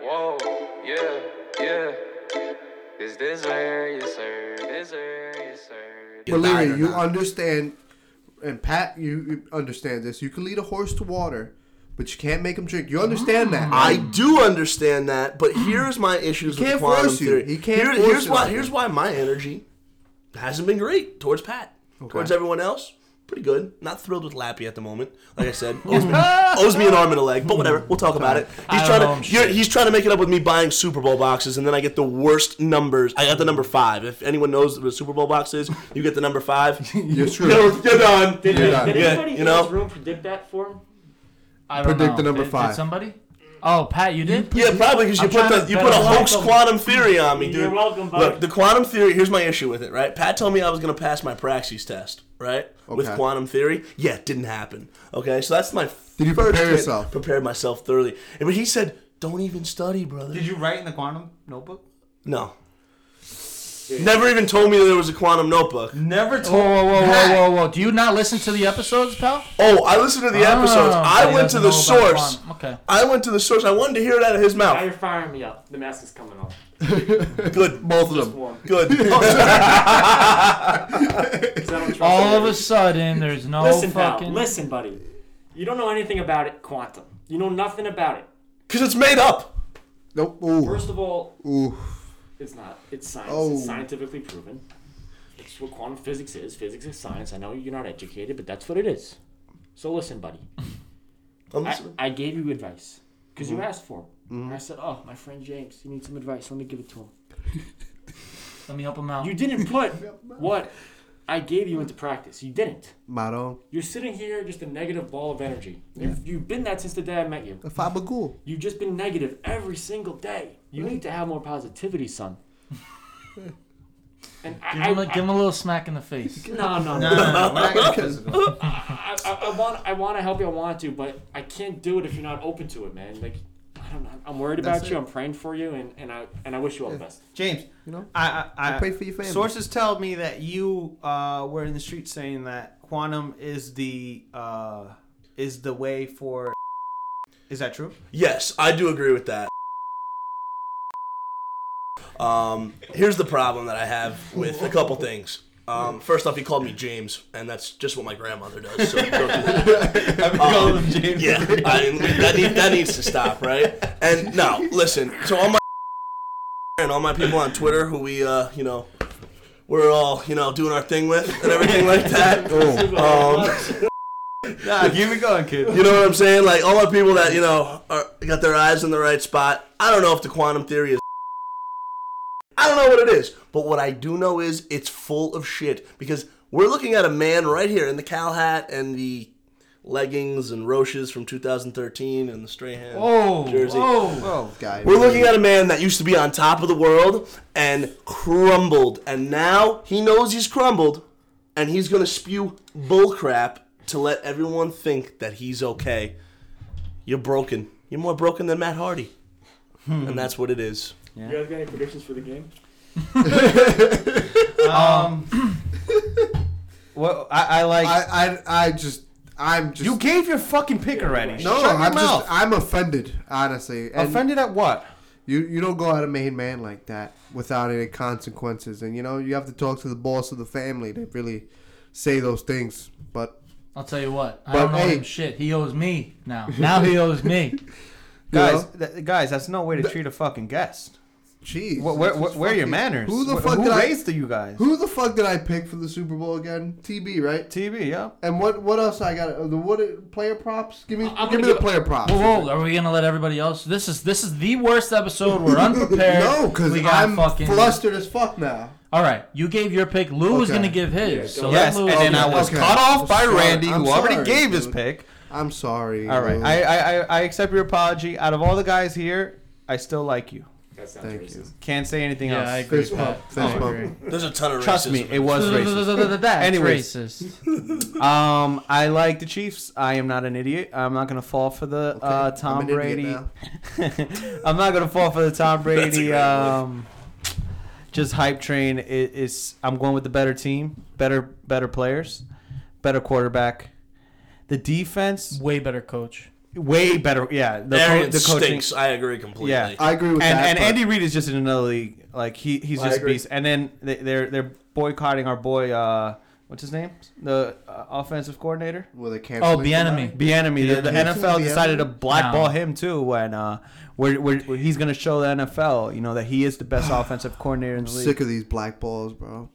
Whoa, yeah, yeah. Is this where you serve? This where you serve? But Larry, or you not. understand, and Pat, you, you understand this. You can lead a horse to water, but you can't make him drink. You understand Mm. that? I do understand that, but here's my issues He with can't quantum force you. theory. He can't Here- force here's you. why. Here's why my energy hasn't been great towards Pat. Towards everyone else, pretty good. Not thrilled with Lappy at the moment. Like I said, owes me, owes me an arm and a leg. But whatever, we'll talk about it. He's I trying don't owe him to. you're- shit. he's trying to make it up with me buying Super Bowl boxes, and then I get the worst numbers. I got the number five. If anyone knows what a Super Bowl box is, you get the number five. You're true. You're, you're done. Did, Yeah. did Yeah, anybody you in know. this room predict that for him? I don't Predict know. the number Did- did five. somebody? Oh, Pat, you did. Yeah, probably because you I'm put trying the, to you put a better hoax welcome. quantum theory on me, dude. You're welcome, bud. Look, the quantum theory. Here's my issue with it, right? Pat told me I was gonna pass my praxis test, right? With Okay. quantum theory, yeah, it didn't happen. Okay, so that's my. Did you first prepare hit. yourself? Prepared myself thoroughly, and but he said, "Don't even study, brother." Did you write in the quantum notebook? No. Never even told me there was a quantum notebook. Never told. Whoa, whoa, whoa, whoa, whoa! Do you not listen to the episodes, pal? Oh, I listened to the episodes. Oh, I he went to doesn't the know about source. quantum. Okay. I went to the source. I wanted to hear it out of his Now mouth. you're firing me up. The mask is coming off. Good, Both Just of them. one. good. 'Cause I don't trust All of anybody. a sudden, there's no Listen, pal. fucking. Listen, buddy. You don't know anything about it, quantum. You know nothing about it. Because it's made up. Nope. Ooh. First of all, Ooh. it's not. It's science. Oh. It's scientifically proven. It's what quantum physics is. Physics is science. I know you're not educated, but that's what it is. So listen, buddy. I'm I, listening. I gave you advice because you asked for it. And I said, "Oh, my friend James, he needs some advice. Let me give it to him." Let me help him out. You didn't put what I gave you into practice. You didn't. Madam. You're sitting here just a negative ball of energy. You've, you've been that since the day I met you. If I'm a ghoul. You've just been negative every single day. You need to have more positivity, son. give, and I, I, him a, give him a little smack in the face. I, no, no, No, no. no, no, we're not gonna get physical. I, I, I want, I want to help you. I want to, but I can't do it if you're not open to it, man. Like, I don't know. I'm worried about That's you. it. I'm praying for you, and, and I and I wish you all the best. James, You know, I, I, I, I pray for your family. Sources tell me that you uh, were in the street saying that quantum is the uh, is the way for. Is that true? Yes, I do agree with that. Um, here's the problem that I have with a couple things. Um, first off, he called me James, and that's just what my grandmother does. So don't do that. Um, Yeah, I, that, need, that needs to stop, right? And now, listen. So all my and all my people on Twitter who we, uh, you know, we're all you know doing our thing with and everything like that. Um, Nah, keep it going, kid. You know what I'm saying? Like all my people that you know are, got their eyes in the right spot. I don't know if the quantum theory is. I don't know what it is, but what I do know is it's full of shit because we're looking at a man right here in the cow hat and the leggings and roches from 2013 and the Strahan Whoa, jersey. whoa. Oh, guy. We're looking at a man that used to be on top of the world and crumbled, and now he knows he's crumbled, and he's gonna spew bullcrap to let everyone think that he's okay. You're broken. You're more broken than Matt Hardy, Hmm. and that's what it is. You guys got any predictions for the game? Um, well, I, I like. I, I, I just. I'm just. you gave your fucking pick already. No, Shut your I'm mouth. just. I'm offended, honestly. And Offended at what? You you don't go out a main man like that without any consequences, and you know you have to talk to the boss of the family to really say those things. But I'll tell you what. I But, don't know hey. him shit. He owes me now. Now he owes me. Guys, know? th- guys, that's no way to treat a fucking guest. jeez, Wh- Where, this where, is where are your fucking- manners? Who the Wh- fuck who did I- raised you guys? Who the fuck did I pick for the Super Bowl again? TB, right? TV, yeah. And what what else I got? Uh, The what player props? Give me I'm gonna give me give- the player props. Whoa, whoa, are we gonna let everybody else? This is this is the worst episode. We're unprepared. no, because We got I'm fucking- flustered as fuck now. All right, you gave your pick. Lou was Okay. gonna give his. Yeah, so go. let Yes, Lou- and then I was Okay. cut off by Sorry, Randy, I'm who already sorry, gave his dude. pick. I'm sorry. All right, Lou. I, I, I, I accept your apology. Out of all the guys here, I still like you. That sounds Thank racist. you. Can't say anything Yeah, else. I agree. Fist bump. Fist Oh, bump. agree. There's a ton of Trust racism. me, it was racist. That's Anyways. racist. Um, I like the Chiefs. I am not an idiot. I'm not gonna fall for the uh, I'm Tom an idiot Brady. now. I'm not gonna fall for the Tom Brady. um, just hype train. It, it's I'm going with the better team, better better players, better quarterback. The defense Way better coach. Way better. Yeah, the, Arian the stinks. I agree completely. Yeah, I agree with and, that. And but- Andy Reid is just in another league. Like he, he's I just agree. beast. And then they, they're they're boycotting our boy. Uh, what's his name? The uh, offensive coordinator. Well, they can't. Oh, blame Bienemy. somebody. Bienemy. The, the Yeah, NFL Bieniemy. decided to blackball No. him too when uh, where, where, where he's going to show the NFL, you know, that he is the best offensive coordinator in the league. Sick of these black balls, bro.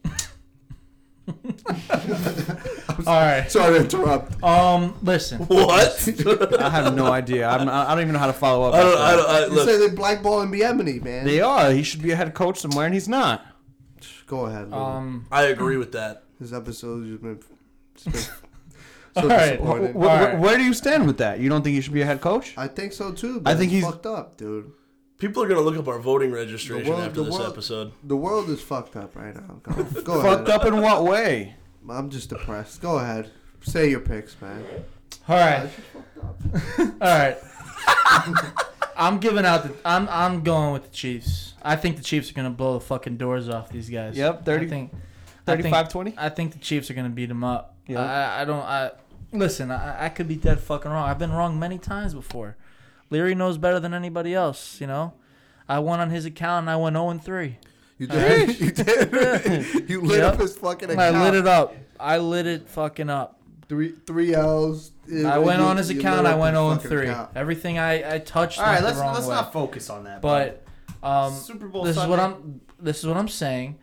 All right. Sorry to interrupt. Um, listen. What? I don't. I have no idea. I'm, I don't even know how to follow up. after I that. don't I, You say look, they blackballing Bienemy, man. They are. He should be a head coach somewhere, and he's not. Go ahead. Lou. Um, I agree with that. this episode's just been. it's been All so right. Wh- disappointing. wh- All right. Where do you stand with that? You don't think he should be a head coach? I think so too. But I think think he's he's- fucked up, dude. People are gonna look up our voting registration The world- after the this world- episode. The world is fucked up right now. Go, go Fucked ahead. up in what way? I'm just depressed. Go ahead. Say your picks, man. all right. all right. I'm giving out the. I'm I'm going with the Chiefs. I think the Chiefs are gonna blow the fucking doors off these guys. Yep, 30 I think, I think- 35-20? I think the Chiefs are gonna beat them up. Yeah. I, I don't. I listen. I, I could be dead fucking wrong. I've been wrong many times before. Leary knows better than anybody else. You know, I won on his account and I went zero and three. You did. you did. you lit Yep. up his fucking I account. lit it up. I lit it fucking up. Three three L's. I went You- on his you account. lit I up went his zero and fucking three. account. Everything I I touched. All right, went let's the wrong let's way. not focus on that. But um, Super Bowl this is what Sunday. I'm. This is what I'm saying.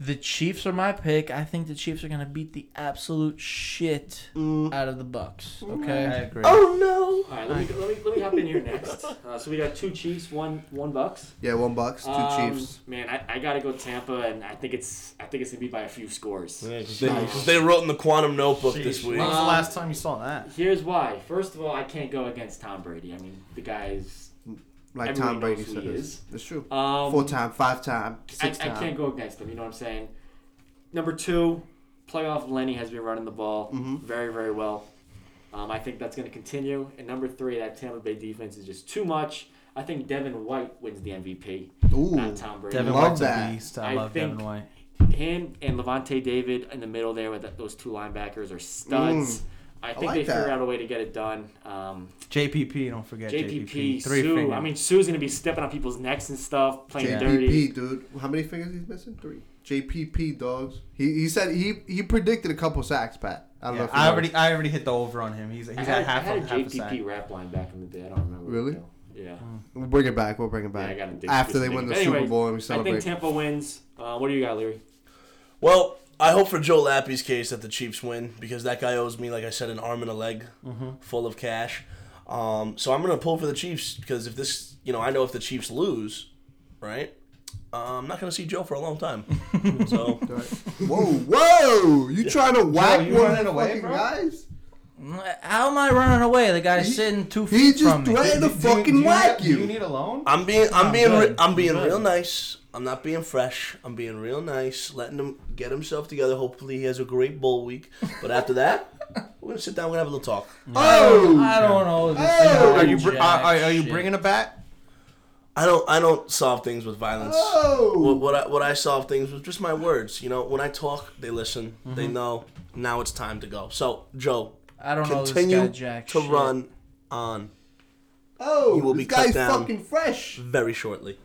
The Chiefs are my pick. I think the Chiefs are gonna beat the absolute shit out of the Bucks. Mm. I Okay. agree. Oh All right, let me, let me let me hop in here next. Uh, so we got two Chiefs, one one Bucks. Yeah, one bucks, two Um, Chiefs. Man, I, I gotta go Tampa, and I think it's I think it's gonna be by a few scores. They, 'cause they wrote in the Quantum Notebook this week. When was the Um, last time you saw that? Here's why. First of all, I can't go against Tom Brady. I mean, the guy's Like everybody Tom Brady knows who said, he it's is. it's true. um, Four time, five time, I, I six time. can't go against them. You know what I'm saying? Number two, playoff Lenny has been running the ball Mm-hmm. very, very well. Um, I think that's going to continue. And number three, that Tampa Bay defense is just too much. I think Devin White wins the MVP, Ooh. not Tom Brady. Devin Love White's a that. beast. I, I love think- Devin White. Him and Levante David in the middle there with that, those two linebackers are studs. I think Mm. like they figure that. out a way to get it done. Um, JPP, don't forget JPP. JPP, Three Sue. finger. I mean, Sue's going to be stepping on people's necks and stuff, playing dirty. JPP, dude. How many fingers he's missing? Three. JPP, dogs. He he said he he predicted a couple sacks, Pat. I don't know. Yeah, If you I know. already I already hit the over on him. He's he's I at had, half I had of a half a Hmm. sack. JPP rap line back in the day. I don't remember. what it Really? was. Yeah. We'll bring it back. We'll bring it Yeah, back. I gotta dig After this they thing. win the But anyway, Super Bowl and we I celebrate. think Tampa wins. Uh, what do you got, Leary? Well, I hope for Joe Lappy's case that the Chiefs win because that guy owes me, like I said, an arm and a leg full of cash. Um, so I'm gonna pull for the Chiefs because if this, you know, I know if the Chiefs lose, right, uh, I'm not gonna see Joe for a long time. so whoa, whoa! You trying to whack you one of running the away, fucking bro? guys? How am I running away? The guy's He- sitting two feet He just from me. threatened to fucking whack you. need a loan? I'm being, I'm being, good. re- I'm being Good. real nice. I'm not being fresh. I'm being real nice, letting him get himself together. Hopefully, he has a great bowl week. But after that, we're gonna sit down. We're gonna have a little talk. Oh, I don't know. This Hey! whole Oh! Are you br- jack are, are, are you shit. bringing it back? I don't, I don't solve things with violence. what, oh! what I what I solve things with just my words. You know, when I talk, they listen. They know. Now it's time to go. So Joe, I don't know. This continue guy to jack shit. run on Oh! You will be this cut guy's down. fucking fresh. very shortly.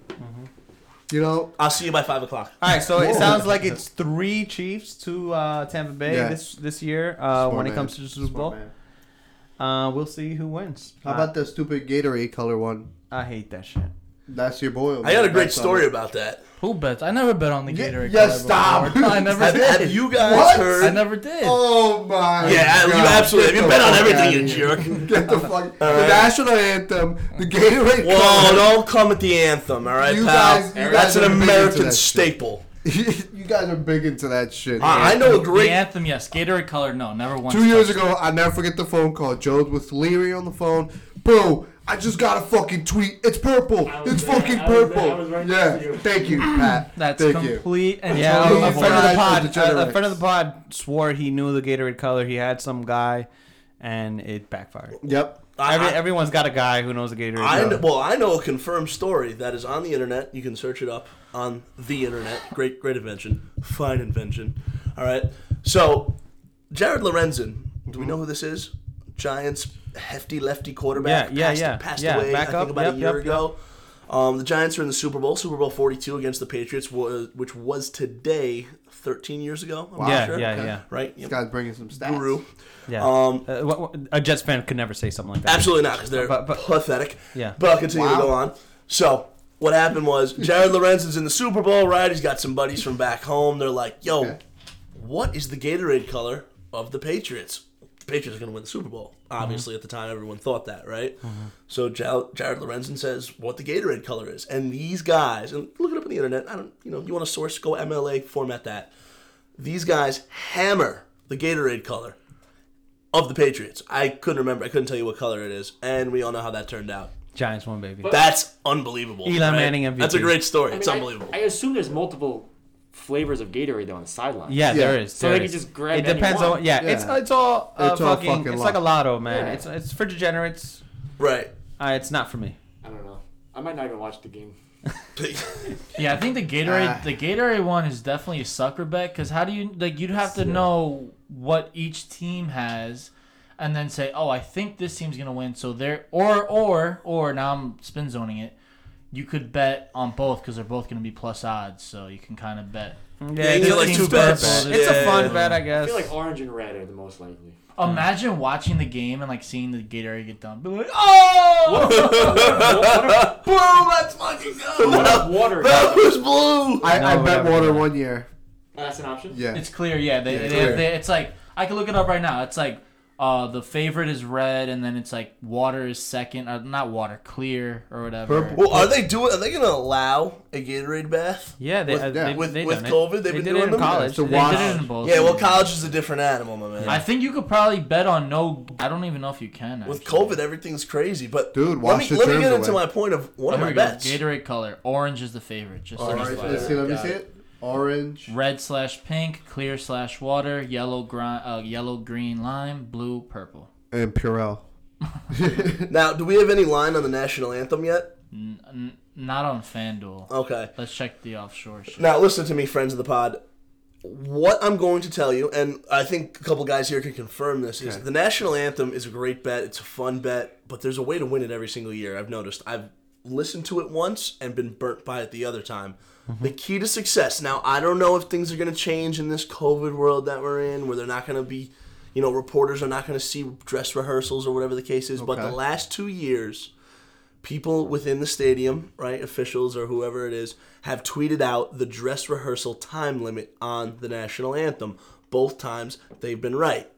You know, I'll see you by five o'clock. All right, so it Whoa. sounds like it's three Chiefs to uh, Tampa Bay Yeah. this this year uh, when it comes to the Super Bowl. Smart man. Uh, we'll see who wins. Uh, How about the stupid Gatorade color one? I hate that shit. That's your boy. I got a great That's on story it. about that. Who bets? I never bet on the Y- Gatorade. yeah, Club stop. Award. I never Have, did. have you guys What? heard? I never did. Oh my! yeah, God. you absolutely. Get You the bet on fuck everything, outta you here. jerk. Get the fuck. All The right. national anthem, the Gatorade. Whoa! Don't come at the anthem, all right, You pal. guys- you That's guys an are big into American that shit. staple. don't. you guys are big into that shit. I, I man. know a the great. anthem, yes. Gatorade color, no. Never once. Two years touched ago, I never forget the phone call. Joe's with Leary on the phone. Bro, I just got a fucking tweet. It's purple. I was It's there. fucking I was purple. there. I was right yeah. next to you. Thank you, Pat. That's Thank you. complete and Yeah, you total a, a guys friend of are the pod, a, a degenerates. friend of the pod swore he knew the Gatorade color. He had some guy, and it backfired. Yep. I- Every, I- everyone's got a guy who knows the Gatorade I color. kn- well, I know a confirmed story that is on the internet. You can search it up on the internet. Great, great invention. Fine invention. All right. So, Jared Lorenzen. Do we know who this is? Giants hefty lefty quarterback. Yeah, yeah, passed, yeah. Passed Yeah, away, back I up, think, about yep, a year yep, ago. Um, the Giants are in the Super Bowl, Super Bowl 42 against the Patriots, wa- which was today, 13 years ago. I'm not Yeah, sure. yeah, okay. yeah, Right? This Yep. guy's bringing some stats. Guru. yeah. Um, Uh, what- what- a Jets fan could never say something like that. Absolutely not, because they're But- but- pathetic. Yeah. But I'll continue to Wow. go on. So what happened was Jared Lorenz is in the Super Bowl, right? He's got some buddies from back home. They're like, "Yo, Okay. what is the Gatorade color of the Patriots?" The Patriots are going to win the Super Bowl. Obviously, at the time, everyone thought that, right? So Ja- Jared Lorenzen says what the Gatorade color is, and these guys, and look it up on the internet. I don't, you know, you want a source, go MLA format that. These guys hammer the Gatorade color of the Patriots. I couldn't remember. I couldn't tell you what color it is, and we all know how that turned out. Giants won, baby. That's unbelievable. Eli Manning MVP. That's a great story. I it's mean, I- unbelievable. I, assume there's multiple flavors of Gatorade though on the sideline. yeah, there is. So there they is. can just grab It any depends one. on. Yeah, it's Yeah. it's all uh, It's all fucking. fucking it's like a lotto, man. Yeah. It's it's for degenerates. right. Uh, it's not for me. I don't know. I might not even watch the game. Yeah, I think the Gatorade Ah. the Gatorade one is definitely a sucker bet because how do you like you'd have to know what each team has, and then say, oh, I think this team's gonna win, so they're or or or now I'm spin zoning it. You could bet on both because they're both gonna be plus odds, so you can kind of bet. Yeah, you this get, like, team's two purple. bets. It's a Yeah. fun bet, I I guess. feel like orange and red are the most likely. Imagine watching the game and like seeing the Gatorade get dumped, be like, oh, Boom! Let's fucking go. What if water? That was blue. I, I No, bet whatever, water yeah. one year. That's an option. Yeah. it's clear. Yeah, they, it's they, clear. they- it's like I can look it up right now. It's like. Uh, the favorite is red, and then it's like water is second, uh, not water, clear or whatever. Purple. well, are they doing? Are they going to allow a Gatorade bath? yeah, they, With- uh, they, with- they with done it. COVID, they've they been did doing it them? in college. So they why- They did it in both. Yeah. Well, college is a different animal, my man. I think you could probably bet on no. I don't even know if you can. With actually. COVID, everything's crazy. But Dude, let wash me your let me germs get into away. my point of one of There my we go. bets. Gatorade color. Orange is the favorite. Just like Orange. Orange. Let's see. Let me Got see it. it. Orange. red slash pink, clear slash water, yellow green, uh, yellow green lime, blue purple. And Purell. Now, do we have any line on the national anthem yet? N- n- not on FanDuel. Okay. Let's check the offshore. shit. Now, listen to me, friends of the pod. What I'm going to tell you, and I think a couple guys here can confirm this, is the national anthem is a great bet. It's a fun bet, but there's a way to win it every single year. I've noticed. I've listened to it once and been burnt by it the other time. The key to success. Now, I don't know if things are going to change in this COVID world that we're in, where they're not going to be, you know, reporters are not going to see dress rehearsals or whatever the case is. But Okay. the last two years, people within the stadium, right, officials or whoever it is, have tweeted out the dress rehearsal time limit on the national anthem. Both times they've been right.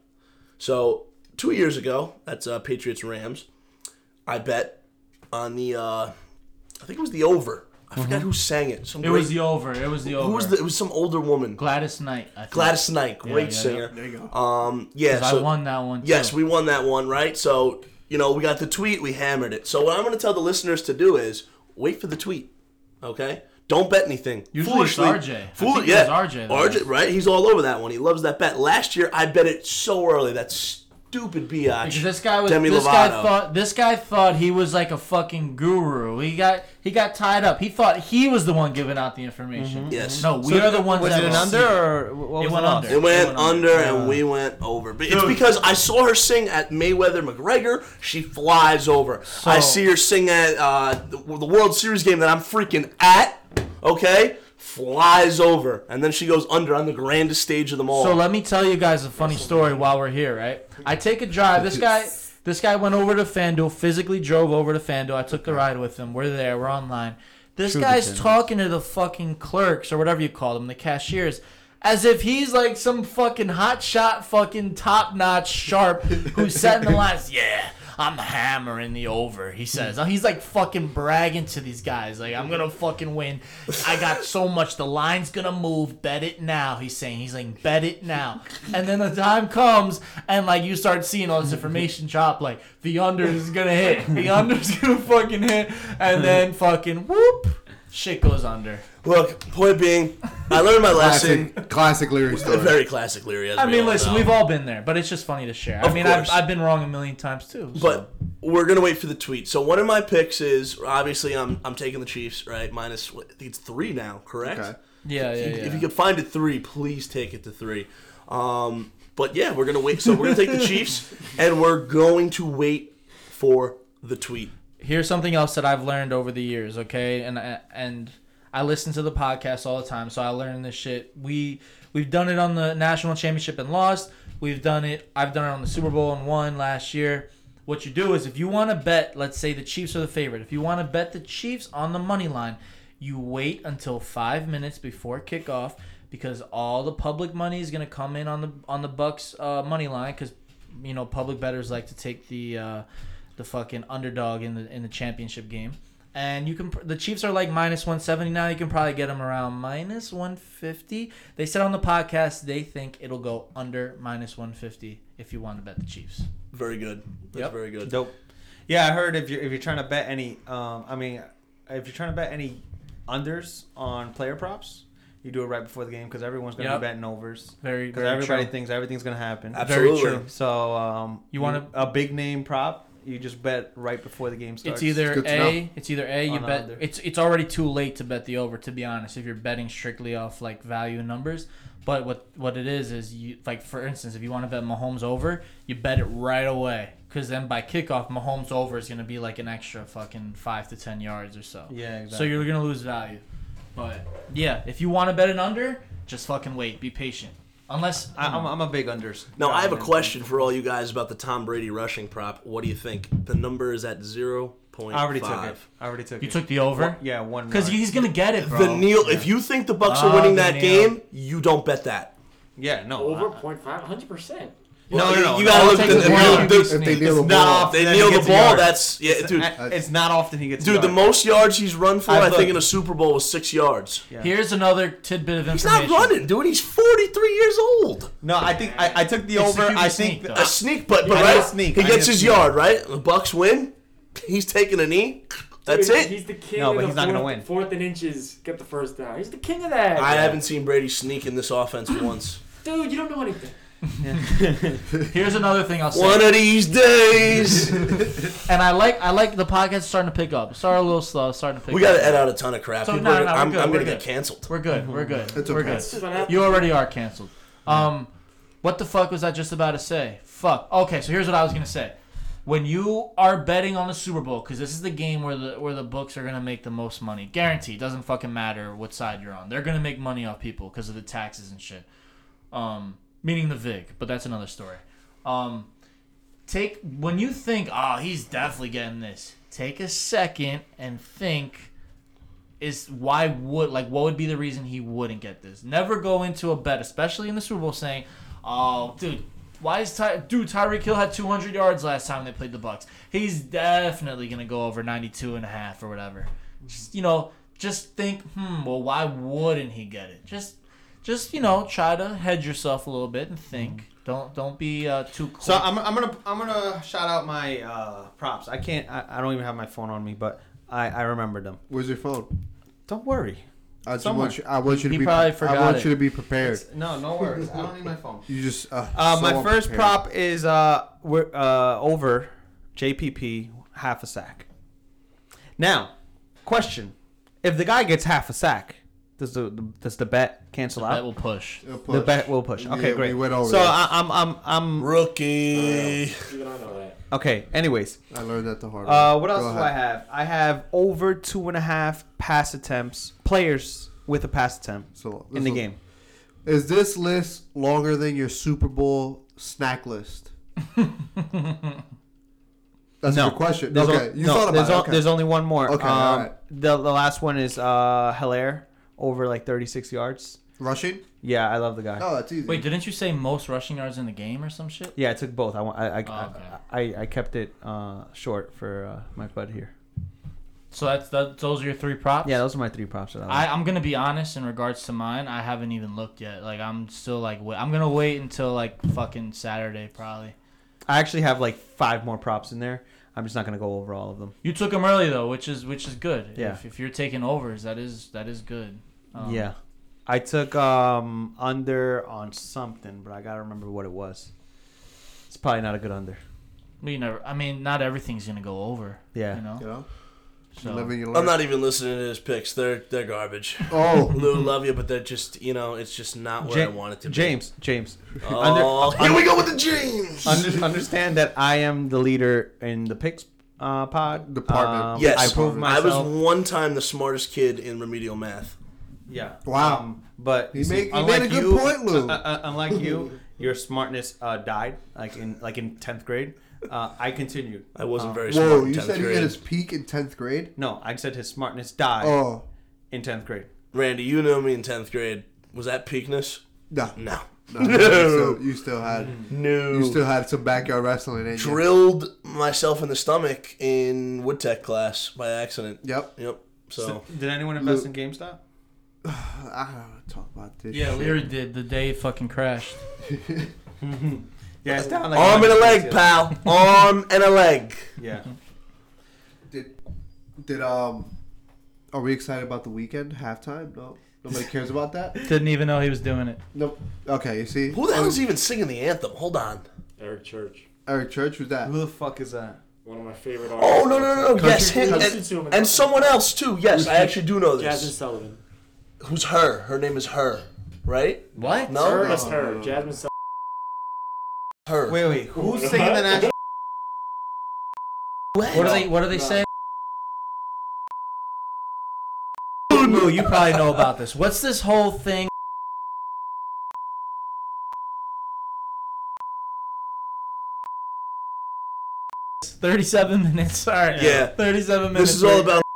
So two years ago, that's uh, Patriots Rams. I bet on the, uh, I think it was the over. I forgot who sang it. Some Mm-hmm. It was the over. It was the over. who was the, it was some older woman. Gladys Knight. I think. Gladys Knight, great yeah, singer. There you go. Um, yeah, 'Cause so- I won that one. Too. Yes, we won that one, right? So, you know, we got the tweet, we hammered it. So, what I'm going to tell the listeners to do is wait for the tweet, okay? Don't bet anything. Usually it's RJ. I Fool- think it yeah. was RJ that RJ, was. right? He's all over that one. He loves that bet. Last year, I bet it so early. That stupid biatch. Because this guy was Demi Lovato. this guy thought this guy thought he was like a fucking guru. He got he got tied up. He thought he was the one giving out the information. Yes. No, we are the ones Was that it an under or what was It went the under. loss? It went It went under and we went over. But it's because I saw her sing at Mayweather McGregor. She flies over. I see her sing at uh, the, the World Series game that I'm freaking at. Okay, flies over, and then she goes under on the grandest stage of them all. So let me tell you guys a funny story while we're here, right? I take a drive. This guy, this guy went over to FanDuel, physically drove over to FanDuel. I took the ride with him. We're there. We're online. This guy's talking to the fucking clerks or whatever you call them, the cashiers, as if he's like some fucking hot shot, fucking top notch sharp who's setting the lines. Yeah. I'm hammering the over, he says. "Oh, He's like fucking bragging to these guys. Like, I'm gonna fucking win. I got so much. The line's gonna move. Bet it now, he's saying. He's like, bet it now. And then the time comes, and like, you start seeing all this information drop. Like, the under is gonna hit. The under's gonna fucking hit. And then fucking whoop. Shit goes under. Look, point being, I learned my lesson. Classic, classic Leary A story. very classic Leary. I mean, listen, we've all been there, but it's just funny to share. I Of mean, I've, course. I've been wrong a million times too. so. But we're gonna wait for the tweet. So one of my picks is obviously I'm I'm taking the Chiefs right minus what, I think it's three now, correct? Okay. yeah, yeah, yeah. If you could find a three, please take it to three. Um, But yeah, we're gonna wait. So we're gonna take the Chiefs, and we're going to wait for the tweet. here's something else that I've learned over the years, okay? And and I listen to the podcast all the time, so I learn this shit. We we've done it on the national championship and lost. We've done it. I've done it on the Super Bowl and won last year. What you do is if you want to bet, let's say the Chiefs are the favorite. If you want to bet the Chiefs on the money line, you wait until 5 minutes before kickoff because all the public money is going to come in on the on the Bucks uh, money line cuz you know public bettors like to take the uh, the fucking underdog in the in the championship game. And you can pr- the Chiefs are like minus 170 now. You can probably get them around minus 150. They said on the podcast they think it'll go under minus 150 if you want to bet the Chiefs. Very good. That's Yep. very good. Dope. Yeah, I heard if you're if you're trying to bet any, um, I mean, if you're trying to bet any unders on player props, you do it right before the game because everyone's gonna Yep. be betting overs Very because very everybody true. thinks everything's gonna happen. Absolutely. Very true. So um, You wanna- a big name prop? You just bet right before the game starts. It's either good to know. a, it's either a. You On the bet under. it's it's already too late to bet the over. To be honest, if you're betting strictly off like value and numbers, but what what it is is you like for instance, if you want to bet Mahomes over, you bet it right away because then by kickoff, Mahomes over is gonna be like an extra fucking five to ten yards or so. yeah, So exactly. you're gonna lose value. But yeah, if you want to bet an under, just fucking wait. Be patient. Unless I, I'm, I'm a big unders. Now I have a guy. question for all you guys about the Tom Brady rushing prop. What do you think? The number is at zero point I five. already took it. I already took you it. took the over, yeah one because yard. he's gonna get it, bro. The Neil. If you think the Bucks Ah, are winning the that Neil. game, you don't bet that. yeah no Over I- point five, hundred percent. no no no You no. gotta all look it at takes is one the. QB the- If they sneak. deal the It's ball, not They often nail he the gets a ball. yard. That's yeah, dude. I- it's not often he gets a Dude, the yard. most yards he's run for, I I, think, looked. in a Super Bowl was six yards. Yeah. Here's another tidbit of He's information. not running, dude. He's 43 years old. No, I think I, I took the It's over. the QB I sneak, think though. A sneak, but, but I right, need a sneak. he I gets need a his sneak. yard, right? The Bucks win. He's taking a knee. That's it. He's the king. No, of but the he's not fourth, gonna win. Fourth and inches, get the first down. He's the king of that. I haven't seen Brady sneak in this offense once. Dude, you don't know anything. Here's another thing I'll say. One of these days, And I like I like the podcast starting to pick up. Sorry, a little slow. Starting to pick we up. got to edit out a ton of crap. So, People no, are- no, we're I'm, good, I'm we're gonna get good. canceled. We're good. We're good. It's We're okay. good. This is what happened. You already are canceled. Um, what the fuck was I just about to say? Fuck. Okay, so here's what I was gonna say. When you are betting on the Super Bowl, because this is the game where the where the books are gonna make the most money, guaranteed. Doesn't fucking matter what side you're on. They're gonna make money off people because of the taxes and shit. Um, meaning the vig, but that's another story. Um, take when you think, oh, he's definitely getting this. Take a second and think is why would like what would be the reason he wouldn't get this? Never go into a bet, especially in the Super Bowl, saying, "Oh, dude, why is Ty- dude Tyreek Hill had 200 yards last time they played the Bucks? He's definitely gonna go over 92 and a half or whatever." Just you know, just think, hmm, well, why wouldn't he get it? Just, just you know, try to hedge yourself a little bit and think. Don't don't be uh, too. Quick. So I'm, I'm gonna I'm gonna shout out my uh, props. I can't I, I don't even have my phone on me, but I I remembered them. Where's your phone? Don't worry. I just Somewhere. want you. I want you to He be. probably I forgot want it. you to be prepared. No, no worries. I don't need my phone. You just. Uh, Uh, so my first unprepared. prop is uh we're uh over JPP half a sack. Now, question: If the guy gets half a sack, does the does the bet cancel out? that will push. It'll The push. bet will push. Yeah, Okay, we great. went over so this. I, I'm I'm I'm Rookie. Even I know that. okay. Anyways, I learned that the hard way. Uh, what else Go do ahead. I have? I have over two and a half pass attempts, players with a pass attempt So in the this game. was- Is this list longer than your Super Bowl snack list? That's No. a good question. There's okay, o- you no, thought there's about it. o- okay. There's only one more. Okay, um, alright. the, the last one is uh, Hilaire over like 36 yards. Rushing? Yeah, I love the guy. Oh, that's easy. Wait, didn't you say most rushing yards in the game or some shit? Yeah, I took both. I want. I I, Oh, okay. I, I kept it uh, short for uh, my bud here. So that's that, those are your three props. Yeah, those are my three props. That I, like. I, I'm gonna be honest in regards to mine. I haven't even looked yet. Like I'm still like wait, I'm gonna wait until like fucking Saturday probably. I actually have like five more props in there. I'm just not gonna go over all of them. You took them early though, which is which is good. Yeah. If, if you're taking overs, that is that is good. Um, yeah. I took um under on something, but I gotta remember what it was. It's probably not a good under. We never. I mean, not everything's gonna go over. Yeah. You know. You know? So Live and you I'm learn. not even listening to his picks. They're they're garbage. oh, Lou, love you, but they're just you know it's just not where I Mm-hmm. Ja- want it to be. James, James, Oh, Under- here we go with the James. under, understand that I am the leader in the picks uh, pod Department. Um, yes, I proved myself. I was one time the smartest kid in remedial math. yeah. Wow. Um, but He made- he unlike made a good you- point, Lou. Uh, uh, unlike you, your smartness uh, died like in like in tenth grade. Uh, I continued. I wasn't very smart. whoa! in You 10th said he grade. hit his peak in tenth grade. No, I said his smartness died Oh, in tenth grade. Randy, you know me in tenth grade. Was that peakness? no, no. No. You, still, you still had No. you still had some backyard wrestling in you. drilled myself in the stomach in wood tech class by accident. Yep. Yep. So Did anyone invest in GameStop? I don't want to talk about this. yeah, shit. Leary did the day it fucking crashed. Yeah, it's down like arm and a 100% leg, too. pal. arm and a leg. Yeah. Did did um? Are we excited about the weekend halftime? No, nobody cares about that. Didn't even know he was doing it. Nope. Okay, you see, Who the hell is even singing the anthem? Hold on. Eric Church, Eric Church was that? Who the fuck is that? one of my favorite artists. Oh no no no! no. Yes, him country- and, and someone else too. Yes, I actually do know Jasmine this. Sullivan. Who's her? Her name is her, right? What? No, Her No. is her. Jasmine Sullivan. her. Wait, wait. Who's singing the national? What? What do they What do they No. say? Lou, you probably know about this. What's this whole thing? It's Thirty-seven minutes. Sorry. Yeah. Thirty-seven minutes. This is all about.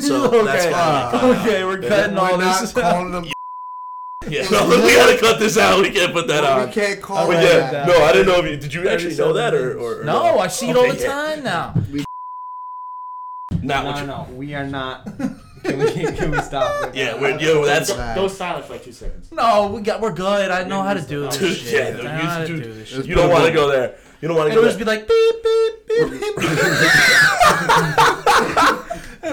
So that's Okay. why. Okay, we're cutting all We're this. not calling them. Yeah. No, we gotta cut this out. Oh, We can't put that we on. can't call But them yeah, that. no, I didn't know if you did. You actually know 37 that, or, minutes. or, or no? I see it all Okay, the yeah. time now. Not what No, you. no, we are not. Can we, can we stop? with Yeah, that? we're, yo, that's That. Go silent for like two seconds. No, we got we're good. I know how to do Dude, this shit. yeah, I know how to dude, do this shit. you don't want to go there. You don't want to It'll go just there. be like beep beep beep beep.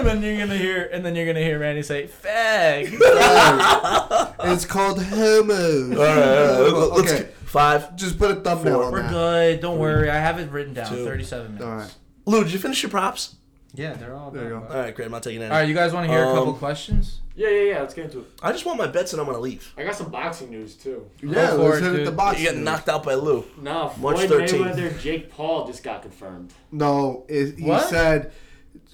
and then you're gonna hear, and then you're gonna hear Randy say "fag." It's called homo. all right, all right. Let's, let's okay, get- five. just put a thumbnail on We're that. good. Don't worry. I have it written down. Two. Thirty-seven minutes. All All right. right. Lou, did you finish your props? Yeah, they're all. There you go. bad, but- All right, great. I'm not taking any. You guys want to hear a couple Um, questions? Yeah, yeah, yeah. Let's get into it. I just want my bets and I want to leave. I got some boxing news too. Yeah, for let's it, hit it dude. the box. You got knocked out by Lou. No, March Floyd 13th. Mayweather, Jake Paul just got confirmed. No, it, he What? said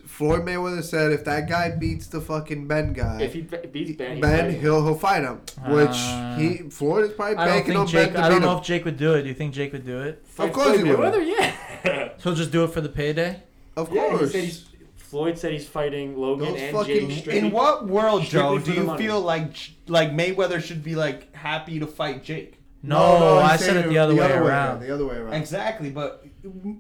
Floyd Mayweather said if that guy beats the fucking Ben guy, If he be- beats Ben, he Ben plays. he'll he'll fight him. Which Uh, he Floyd is probably I don't banking think on Ben Jake. to I don't beat know him. if Jake would do it. Do you think Jake would do it? Floyd- course he Floyd will. Mayweather, yeah. So he'll just do it for the payday. Of yeah, he course. said he's, Floyd said he's fighting Logan Those and fucking- Jake Strickland. In what world, Strictly Joe, for do the you money. feel like like Mayweather should be like happy to fight Jake? No, he's I said saying it the other way around. The other way around. Exactly, but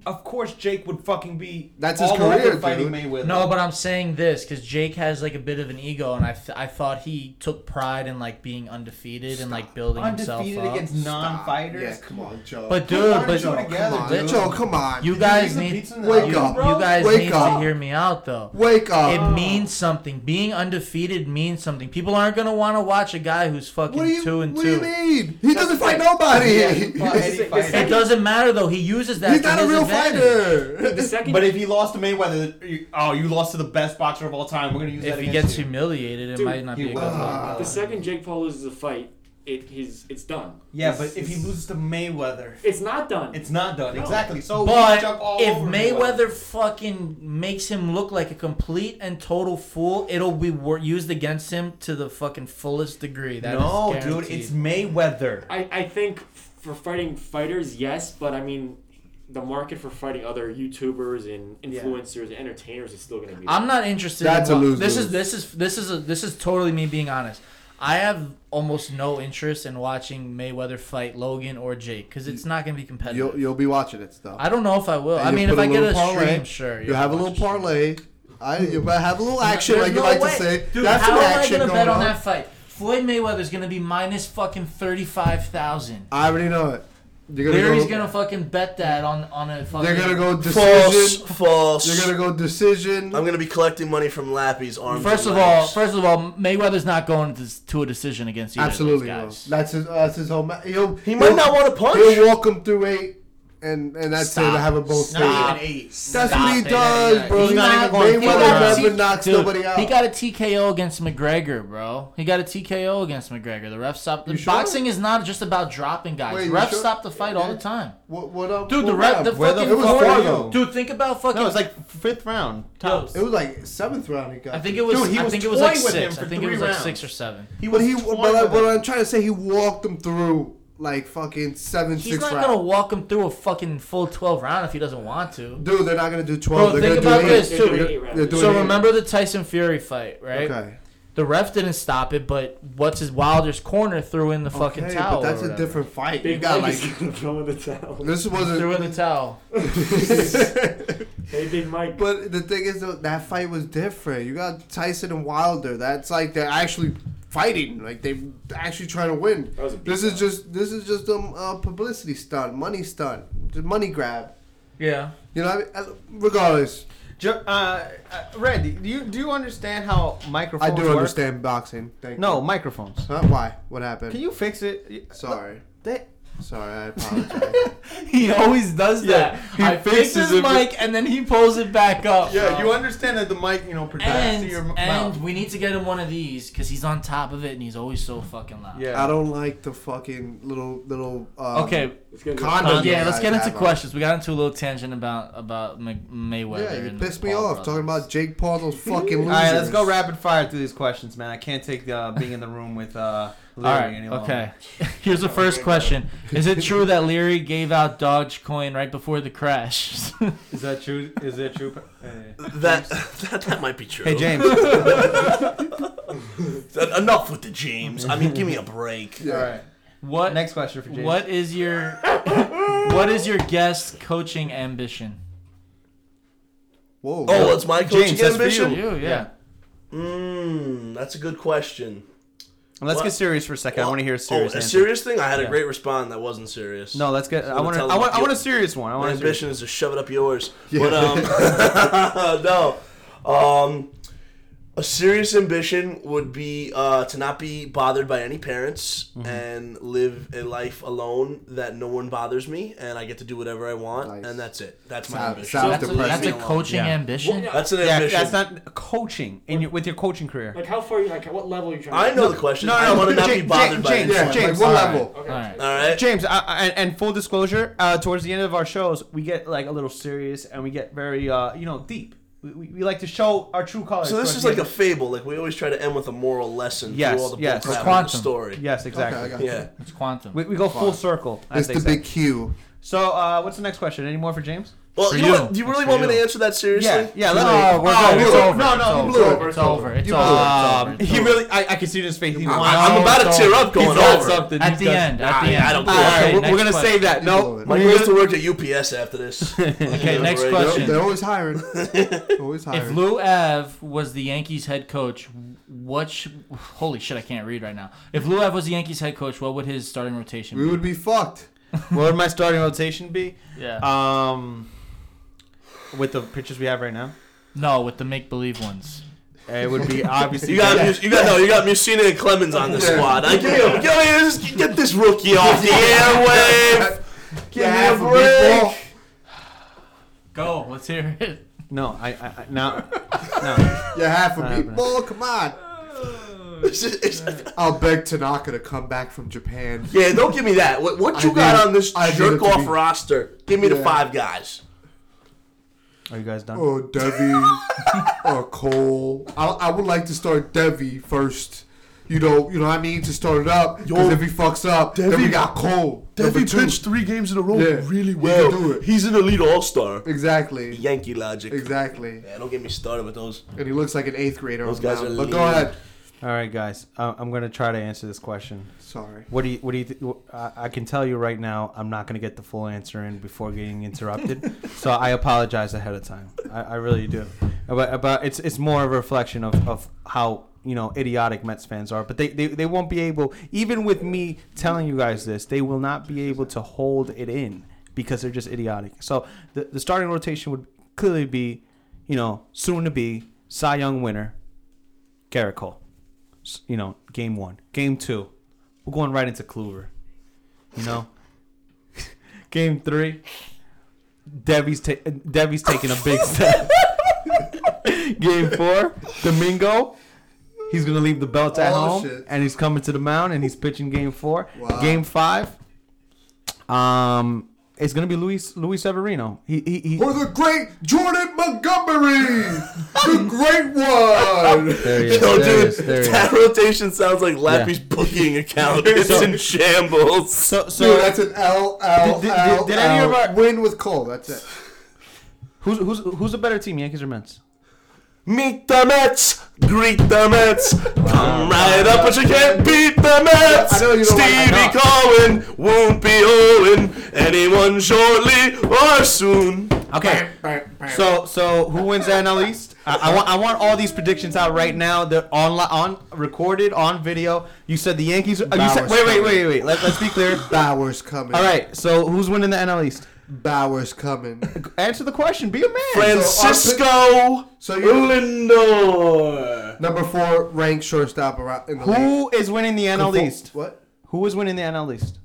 of course Jake would fucking be. That's his all career, over fighting dude. Mayweather. No, but I'm saying this because Jake has like a bit of an ego, and I, th- I thought he took pride in like being undefeated and like building undefeated himself up. against non-fighters. Yeah, come on, Joe. But Put dude, Lonzo but Joe, come together, on, dude. Joe, come on. you Did guys leave the need pizza in the Wake oven, up. bro? you guys Wake need up. to hear me out though. wake up. It means something. Being undefeated means something. People aren't gonna want to watch a guy who's fucking what do you two and What two. do you mean? He doesn't fight nobody. Yeah, he fought he's any fighter. It doesn't matter though. He uses that. to not a his real advantage. fighter. the second, But if he lost to Mayweather, you- oh, you lost to the best boxer of all time. We're gonna use If that he against gets you. humiliated, it Dude, might not he be a good will. look. Ah. the second Jake Paul loses a fight, it he's it's done. Yeah, It's- but if he it's- loses to Mayweather, it's not done. it's not done. Exactly. So we But jump all if over Mayweather fucking makes him look like a complete and total fool, it'll be wor- used against him to the fucking fullest degree. That is no, dude, guaranteed. it's Mayweather. I, I think for fighting fighters, yes, but I mean, the market for fighting other YouTubers and influencers and entertainers is still gonna be. I'm not interested. That's in a what- lose-lose. This is this is this is a, this is totally me being honest. I have almost no interest in watching Mayweather fight Logan or Jake because it's not going to be competitive. You'll you'll be watching it stuff. I don't know if I will. And I you mean, put if a I get little a parlay, stream, sure. You have a little parlay. I you might have a little action, There's like you no like way. to say. Dude, That's how some am I action going to going bet on on. that fight? Floyd Mayweather's going to be minus fucking 35,000. I already know it. You're gonna Larry's go. going to fucking bet that on, on a fucking. they're gonna go False, decision. false. They're gonna go decision. I'm gonna be collecting money from Lappy's arms. First and of all, legs. first of all, Mayweather's not going to, to a decision against either Absolutely, of will. those guys. that's his. That's his whole. Ma- he'll, he might not want to punch. He'll walk him through eight, and and that's it. Stop. I have it both. Stop. ways. eight. That's what he does, bro. He's not even going Mayweather further. never He got a knocks Dude, nobody out. He got a TKO against McGregor, bro. He got a TKO against McGregor. The ref stopped. The You sure? boxing is not just about dropping guys. Wait, you Refs sure? stop the fight all the time. what, what up? Dude, the what ref, up? the Where the fucking fuck fourth- are you? Dude, think about fucking. No, it's like fifth round tops. It was like seventh round. He got. I think it was. Dude, he I was think it was toying like with six. him for I think it three was like rounds. six or seven. He But was he, toying but I, with what him. I'm trying to say, he walked him through like fucking seven, He's six not rounds. gonna walk him through a fucking full twelve round if he doesn't want to. Dude, they're not gonna do twelve. Bro, they're think gonna about do eight. this, too. They're- They're they're doing So eight. remember the Tyson Fury fight, right? Okay. The ref didn't stop it, but what's his Wilder's corner threw in the fucking Okay, towel. But that's or a whatever. different fight. Big you got Mike like is gonna throw in the towel. this Threw in wasn't. the towel. Hey, Big Mike. but the thing is, though, that fight was different. You got Tyson and Wilder. That's like they're actually fighting. Like they actually trying to win. was a This is just this is just a uh, publicity stunt, money stunt, just money grab. Yeah. You know, what I mean? Uh, regardless, Jo- uh, uh, Randy, do you do you understand how I microphones? do work? understand boxing. Thank No, you. microphones. Huh? Why? What happened? Can you fix it? You- Sorry, They- sorry, I apologize. He always does that. he I fix fixes his it Oh. with- mic and then he pulls it back up. yeah, bro. you understand that the mic, you know, projects And, to your m- and mouth. we need to get him one of these because he's on top of it and he's always so fucking loud. I don't like the fucking little little. Um, Okay. It's gonna go- Condom. yeah, let's I get into have on. questions. We got into a little tangent about about May- Mayweather. Yeah, you and pissed the me Paul off brothers. talking about Jake Paul, those fucking losers. All right, let's go rapid fire through these questions, man. I can't take uh, being in the room with uh, Leary All right. any longer. Okay. Here's the first question: Is it true that Leary gave out Dogecoin right before the crash? Is that true? Is that true? That, that that might be true. hey, James. En- Enough with the James. I mean, give me a break. All right. what Next question for James. What is your What is your guest coaching ambition? Whoa. Oh, it's my coaching James, that's for ambition. You, yeah. Mm, that's a good question. Let's What? get serious for a second. I want to hear a serious oh, a answer. serious thing. I had a Yeah. great response that wasn't serious. No, let's get. I gonna want. tell I him want. I you- want a serious one. I My want a serious. ambition is to shove it up yours. But um, no, um, a serious ambition would be uh, to not be bothered by any parents Mm-hmm. and live a life alone that no one bothers me and I get to do whatever I want Nice. and that's it. That's my Sound- ambition. sound That's a, depressing. that's a Leave me alone. coaching Yeah. ambition. That's an Yeah, ambition. that's not coaching in your, with your coaching career. Like how far you like? At what level are you trying? I to know the question. No, I no, want to not be James, bothered by James, yeah, anyone. James, like what all level? Okay. All Uh, right. All right. James, I, I, and, and full disclosure, uh, towards the end of our shows, we get like a little serious and we get very, uh, you know, deep. We, we, we like to show our true colors. So this towards is the like a end. fable. Like we always try to end with a moral lesson Yes, through all the yes. bullcrap of the Quantum. story. yes, exactly. Okay, I got you. Yeah. It's quantum. we, we go full circle. It's As they the say. big Q. So uh, what's the next question? Any more for James? Well, For you know you. what? Do you It's really for want me you. to answer that seriously? Yeah, yeah. Let, Oh, we're oh, good. It's we- over. No, It's no, over. he blew it. Um, It's over. It's blew it. over. It's over. He really, I, I can see in his face. He I- wants- I'm about to tear up he's going got over. something. At He's the got- end. At I- the end. I don't All care. right, Okay, we're, next we're gonna question. save that. You blew No, it. My we're goes to gonna- work at UPS after this. Okay, next Right. question. They're always hiring. always If hiring. Lou Ev was the Yankees head coach, what? Sh- holy shit, I can't read right now. If Lou Ev was the Yankees head coach, what would his starting rotation we be? would be fucked. what would my starting rotation be? Yeah. Um, with the pictures we have right now, no, with the make believe ones. it would be obviously. You got, Mus- you got, no, you got Musina and Clemens on the squad. I give you, give me this, get this rookie off the airwave. Give me a Half a break. Go. Let's hear it. no, I, I, I no, no. You're half a happening. meatball. Come on. It's just- it's- I'll beg Tanaka to come back from Japan. yeah, don't give me that. What, what you I got need- on this I need it jerk to off be- roster? Give me the Yeah. five guys. Are you guys done? Or Oh, Devi. or Cole. I, I would like to start Devi first. You know, you know what I mean? To start it up. Yo, Because if he fucks up, then Devi- we got Cole. number two. three games in a row Yeah, really he can well. do it. He's an elite all star. Exactly. Yankee logic. Exactly. Yeah, don't get me started with those. And he looks like an eighth grader. Those on guys the are mound. But go lean. ahead. All right, guys, uh, I'm gonna try to answer this question. Sorry. What do you? What do you? Th- wh- I, I can tell you right now, I'm not gonna get the full answer in before getting interrupted. so I apologize ahead of time. I, I really do. But, but it's it's more of a reflection of, of how you know idiotic Mets fans are. But they, they they won't be able, even with me telling you guys this, they will not be able to hold it in because they're just idiotic. So the the starting rotation would clearly be, you know, soon to be Cy Young winner, Garrett Cole. S- You know, game one, game two. We're going right into Kluver. You know? Game three, Debbie's ta- Debbie's taking a big step. Game four, Domingo. He's gonna leave the belt at Oh, home, shit. and he's coming to the mound, and he's pitching game four. Wow. Game five, um, it's gonna be Luis Luis Severino. He he, he Or the great Jordan Montgomery, the great one. there he is, Yo, there he dude, is, there he is. that rotation sounds like Lappy's booking account. It's in shambles. So so Dude, that's an L L Did- did- L. did any of L. our- win with Cole? That's it. who's who's who's the better team, Yankees or Mets? Meet the Mets, greet the Mets, come right up, but you can't beat the Mets. I know you don't like- Stevie I know. Cohen won't be owing anyone shortly or soon. Okay. So so who wins that NL East? I, I want I want all these predictions out right now. They're on on recorded on video. You said the Yankees. uh, you said, Bauer's wait wait coming. wait wait. Let, let's be clear. Bowers coming. All right. So who's winning the NL East? Bowers coming. Answer the question. Be a man. Francisco So you Lindor. number four ranked shortstop around in the league. Who is winning the NL East? What? Who is winning the NL East?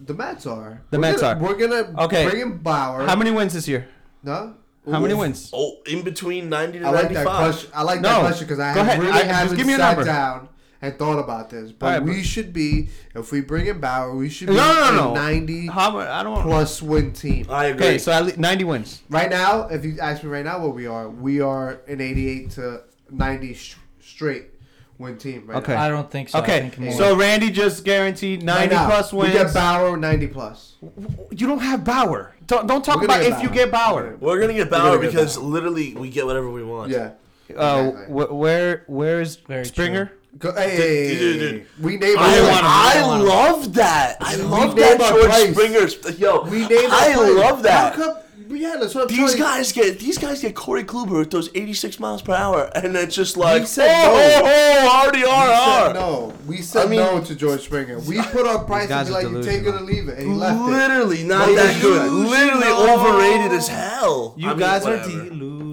The Mets are. The We're Mets gonna- are. We're gonna Okay. bring in Bauer. How many wins this year? No. How many wins? Oh, in between 90 to I like 95. that question. I like that No. question because I Go have ahead. really I- just haven't give me a sat number. down and thought about this. But All right, we but- should be if we bring in Bauer, we should No be no no. a no. ninety How mu- I don't. plus win team. I agree. Okay, so at least ninety wins. Right now, if you ask me right now what we are, we are an 88 to 90 sh- straight win team right Okay. now. I don't think so. I Okay, think more. so Randy just guaranteed Right ninety now, plus wins. We get Bauer 90 plus. You don't have Bauer. Don't, don't talk We're about gonna if get you Bauer. get Bauer. We're going to get Bauer gonna get because literally we get whatever we want. Yeah. Uh, Exactly. wh- where where is Very Springer? Go, hey, hey, dude, hey, dude. hey. we name I, our want- price. I love that. I love that named our George price. Springer's. Yo, We name our I price. love that. How come- yeah, that's what I'm These telling you. guys get these guys get Corey Kluber at those 86 miles per hour, and it's just like said oh, no. oh, oh, RDRR. said no. We said mean- no to George Springer. We put our price and guys be are like, you take it or leave it. And he left it. Literally not They that good. lose, Literally no. overrated as hell. You I mean, guys are whatever. delusional.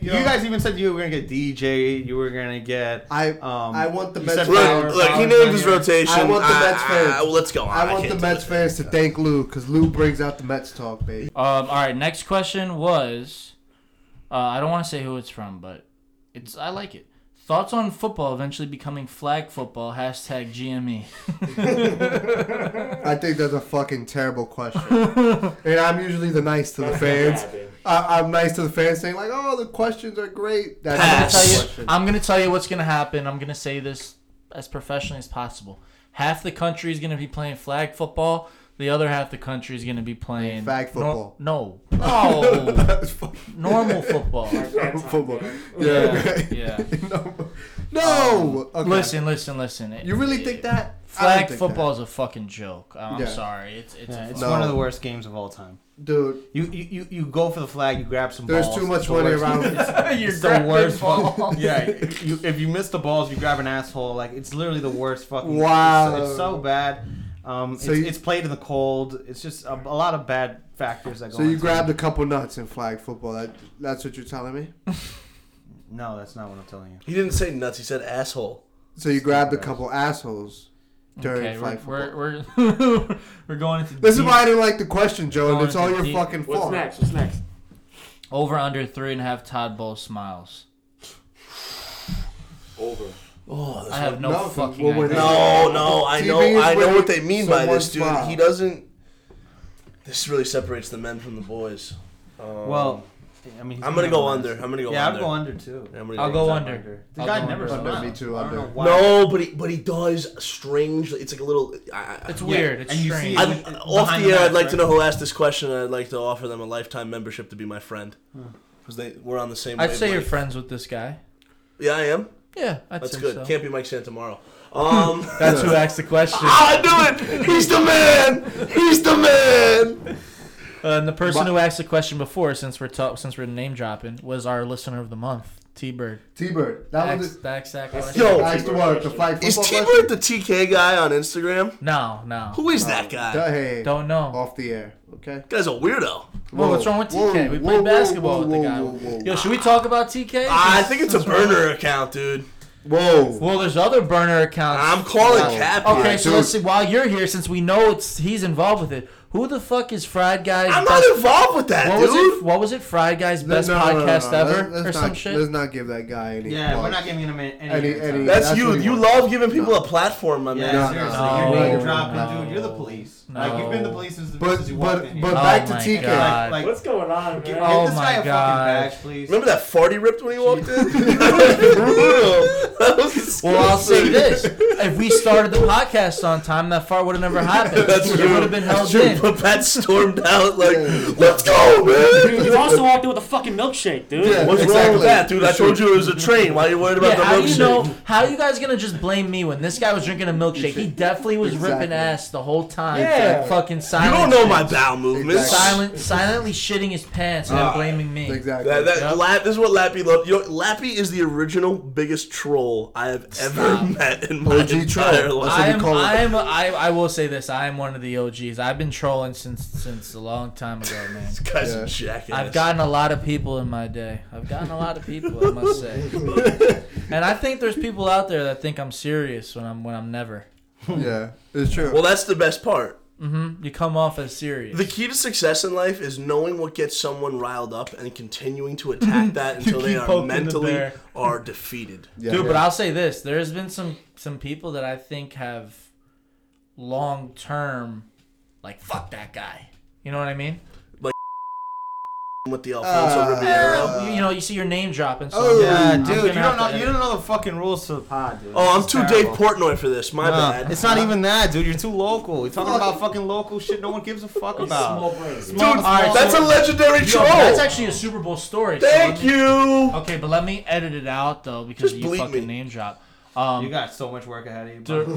You You know- guys even said you were gonna get DJ. You were gonna get. I, Um, I want the you Mets said fans. Bauer. Look, look, he Bauer's named not his here. rotation. I want the Mets fans. I- let's go. I want can't the do Mets it. fans to thank Lou because Lou brings out the Mets talk, baby. Um, all right, next question was uh, I don't want to say who it's from, but it's I like it. Thoughts on football eventually becoming flag football? Hashtag E. GME. I think that's a fucking terrible question. and I'm usually the nice to the fans. I, I'm nice to the fans saying like, "Oh, the questions are great." That's I'm gonna tell the you- question. I'm gonna tell you what's gonna happen. I'm gonna say this as professionally as possible. Half the country is gonna be playing flag football. The other half the country is gonna be playing Flag nor- football. no, no, That's fucking normal football. football. Yeah, Yeah. yeah. Um, no. Um, No. Okay. Listen, listen, listen. It- You really think that? I don't Flag think football is a fucking joke. Oh, I'm Yeah. sorry. It's it's, Yeah, a it's No. one of the worst games of all time. that. dude? You you, you, you go for the flag. You grab some. There's balls. too much It's the money worst. around. it's the worst. Ball. yeah, you, if you miss the balls, you grab an asshole. Like it's literally the worst fucking. Wow. it's, it's so bad. Um, So it's, you- it's played in the cold. It's just a, a lot of bad factors that go. so you into it. grabbed a couple nuts in flag football. That that's what you're telling me. No, that's not what I'm telling you. He didn't say nuts. He said asshole. So you grabbed a couple assholes during Okay, flag we're, football. we're, we're, we're going into this is deep- why I didn't like the question, Joe. And it's all your Deep. fucking fault. What's next? What's next? over under three and a half Todd Bowles smiles. Over. Oh, I this have no Nothing. fucking Well, we're idea. No, not- no, I TV know, is I know where what they mean by this, dude. someone smiled. He doesn't. This really separates the men from the boys. Um, Well, I mean, he's I'm gonna go have under. an I'm gonna go yeah, under. I'd go under too. I'm gonna I'll go under. under. The I'll guy go never under. smiled. Me too, I don't under. know why. No, but he but he does strangely. It's like a little. I, I, It's I- weird. It's and you strange. see it- I'd- Behind off the the air, I'd mask, like to right? know who asked this question, and I'd like to offer them a lifetime membership to be my friend because they we're on the same. Hmm. I'd say you're wavelength. friends with this guy. Yeah, I am. Yeah, I'd That's say good. so. Can't be Mike Santamaro. Um, Ah, That's who asked the question. Uh, I knew it. He's the man. He's the man. Uh, and the person who asked the question before, since we're ta- since we're name dropping, was our listener of the month, T Bird. T-Bird. That was Asked, the, asked that That's- question. Yo, asked the what? The flag Is football T Bird question? the TK guy on Instagram? No, no. Who is that guy? Duh, hey, Don't know. off the air. Okay. guy's a weirdo. Whoa, what's wrong with TK? Whoa, we whoa, played whoa, basketball whoa, with the whoa, guy. whoa, whoa. Yo, should we talk about TK? I think it's a Since we're- burner account, dude. Whoa. Well, there's other burner accounts. I'm calling Wow. Cap. Okay, here. so let's see. While you're here, since we know it's he's involved with it, Who the fuck is Fried Guy's I'm best? not involved with that, what dude. was it? What was it? Fried Guy's best No, no, no, no, podcast no. ever, Let's- let's or not- some shit. Let's not give that guy any. Yeah, we're applause. not giving him any. Any- any, any- That's, That's you. what he You wants. love giving people a platform, my man. yeah, No, seriously, no, you're, no, you're dropping, no. dude. You're the police. No. Like you've been the police since, But since you walked in but here. but Oh back to my TK. God. like, What's going on, give, man? Oh give this my guy a God. fucking badge, please. Remember that fart he ripped when he walked in? that was brutal. That was disgusting. Well, I'll say this: if we started the podcast on time, that fart would have never happened. That's it true. would have been That's held true. in. But Pat stormed out like, "Let's go, man." You also walked in with a fucking milkshake, dude. Yeah. What's wrong Exactly. with that, dude? I told you it was a train. Why are you worried about Yeah, the how milkshake? do you know? How are you guys gonna just blame me when this guy was drinking a milkshake? He definitely was Exactly. ripping ass the whole time. Yeah. fucking You silent. don't know my bowel movements. silent, silently shitting his pants and then blaming me. Uh, Exactly. That, that, Yep. Lap, this is what Lappy loved. You know, Lappy is the original biggest troll I have ever met in my OG troll. entire I life. am, call it. I am, I, I will say this. I am one of the OGs. I've been trolling since since a long time ago, man. This guy's Yeah. a jackass. I've gotten a lot of people in my day. I've gotten a lot of people, I must say. And I think there's people out there that think I'm serious when I'm when I'm never. yeah, it's true. Well, that's the best part. Mm-hmm. You come off as serious. The key to success in life is knowing what gets someone riled up and continuing to attack that until they keep are poking the mentally bear. are defeated. yeah, Dude, yeah. but I'll say this: there's been some some people that I think have long term, like fuck that guy. You know what I mean? With the Alfonso Ah. Ribeiro. you, you know, you see your name dropping. So Oh, yeah, I'm Uh, dude, gonna you have don't know. to You don't know the fucking rules to the pod, dude. Oh, I'm It's too Dave terrible. Portnoy for this. My Nah, bad. it's not even that, dude. You're too local. You're talking about fucking local shit. No one gives a fuck about. Small brains. Dude, that's a legendary Yo, troll. but that's actually a Super Bowl story. so let Thank me- you. Okay, but let me edit it out though because Just you bleep fucking me. name drop. Um, You got so much work ahead of you. Der- bro.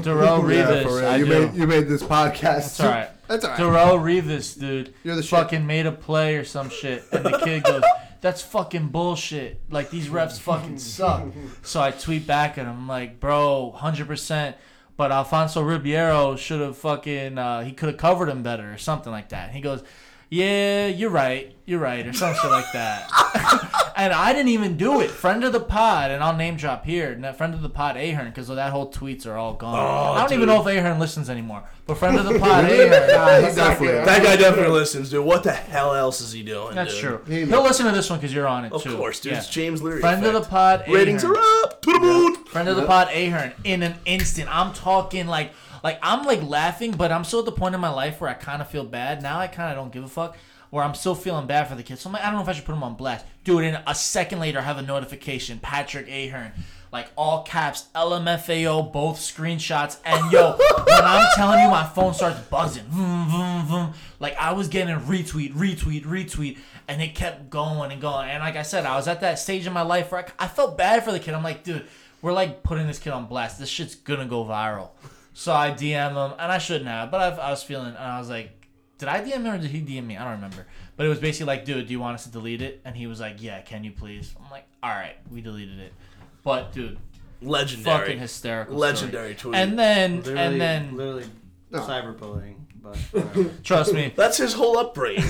Darrell yeah, Revis. for real. I You do. made you made this podcast. That's all right. That's all right. Darrell Revis, dude, You're the shit. fucking made a play or some shit, and the kid goes, "That's fucking bullshit. Like these refs fucking suck." So I tweet back at him like, "Bro, hundred percent." But Alfonso Ribeiro should have fucking uh, he could have covered him better or something like that. He goes, "Yeah, you're right, you're right," or some shit like that. And I didn't even do it. Friend of the pod, and I'll name drop here. n- Friend of the pod, Ahern, because that whole tweets are all gone. I don't even know if Ahern listens anymore. But friend of the pod, Nah, Ahern. he definitely. That guy definitely listens, dude. What the hell else is he doing? That's dude? true. He'll listen to this one because you're on it Of too. course, dude. Yeah. It's James Leary. Friend of the effect. pod, Ahern. ratings are up to the moon. Friend of the pod, Ahern. In an instant, I'm talking like, like I'm like laughing, but I'm still at the point in my life where I kind of feel bad. Now I kind of don't give a fuck. Where I'm still feeling bad for the kids. So I'm like, I don't know if I should put them on blast. Dude, in a second later, I have a notification. Patrick Ahern. Like all caps, LMFAO, both screenshots, and yo, when I'm telling you, my phone starts buzzing. Vroom, vroom, vroom. Like I was getting retweet, retweet, retweet, and it kept going and going. And like I said, I was at that stage in my life where I, I felt bad for the kid. I'm like, dude, we're like putting this kid on blast. This shit's gonna go viral. So I DM him, and I shouldn't have, but I, I was feeling, and I was like, did I DM him or did he DM me? I don't remember. But it was basically like, dude, do you want us to delete it? And he was like, yeah, can you please? I'm like, all right, we deleted it. But dude, Legendary. fucking hysterical, story. Legendary tweet. And then, Literally, and then, literally cyberbullying. But whatever. trust me, That's his whole upbringing.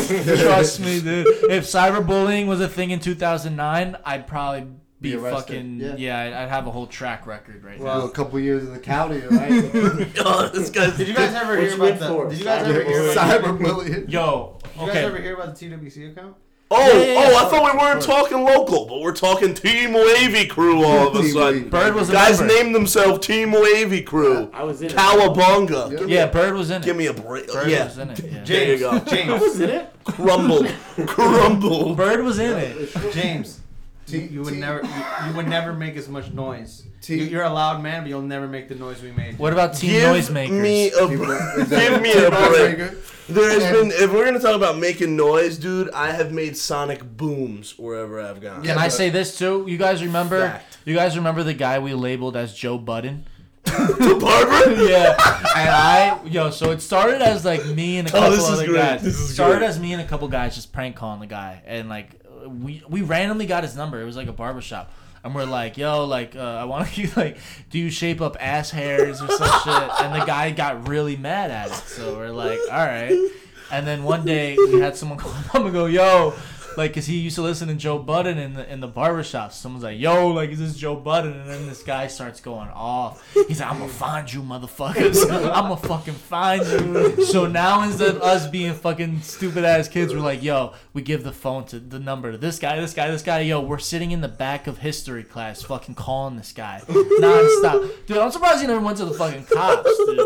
Trust me, dude. If cyberbullying was a thing in 2009, I'd probably be, Be arrested, fucking yeah. yeah. I'd, I'd have a whole track record right now. Well, a couple years in the county, right? oh, this guy's. did you guys ever hear you about went the? for? Did you guys ever hear about? Cyberbullying. Yo, Did you guys ever okay. hear about the TWC account? Oh, Yeah, yeah, yeah, oh! I sure, thought we weren't talking local, but we're talking Team Wavy Crew all of a Team sudden. Wavy. Bird was a Guys member. named themselves Team Wavy Crew. I was in it. Cowabunga. Give, me, Yeah, Bird was in it. give me a break. Bird yeah. was in it. yeah. There you go. James, Was in it? Crumbled. Crumbled. Bird was in it. James, you, you would T- never, you, you would never make as much noise. T- you, you're a loud man, but you'll never make the noise we made. What about Team Give Noisemakers? me a break. Give me a break. There has been, if we're gonna talk about making noise, dude, I have made sonic booms wherever I've gone. Can I say this too? You guys remember? Fact. You guys remember the guy we labeled as Joe Budden? The barber? Yeah, and I, yo, so it started as like me and a couple Oh, this is other great. guys. This is started great. as me and a couple guys just prank calling the guy, and like we we randomly got his number. It was like a barbershop, and we're like, yo, like uh, I want to like, do you shape up ass hairs or some shit? And the guy got really mad at it, so we're like, all right. And then one day we had someone call him up and go, yo. like, cause he used to listen to Joe Budden in the in the barbershop. Someone's like, "Yo, like, is this Joe Budden?" And then this guy starts going off. He's like, "I'm gonna find you, motherfuckers. I'm gonna fucking find you." So now instead of us being fucking stupid ass kids, we're like, "Yo, we give the phone to the number to this guy, this guy, this guy. Yo, we're sitting in the back of history class, fucking calling this guy nonstop, dude. I'm surprised he never went to the fucking cops, dude.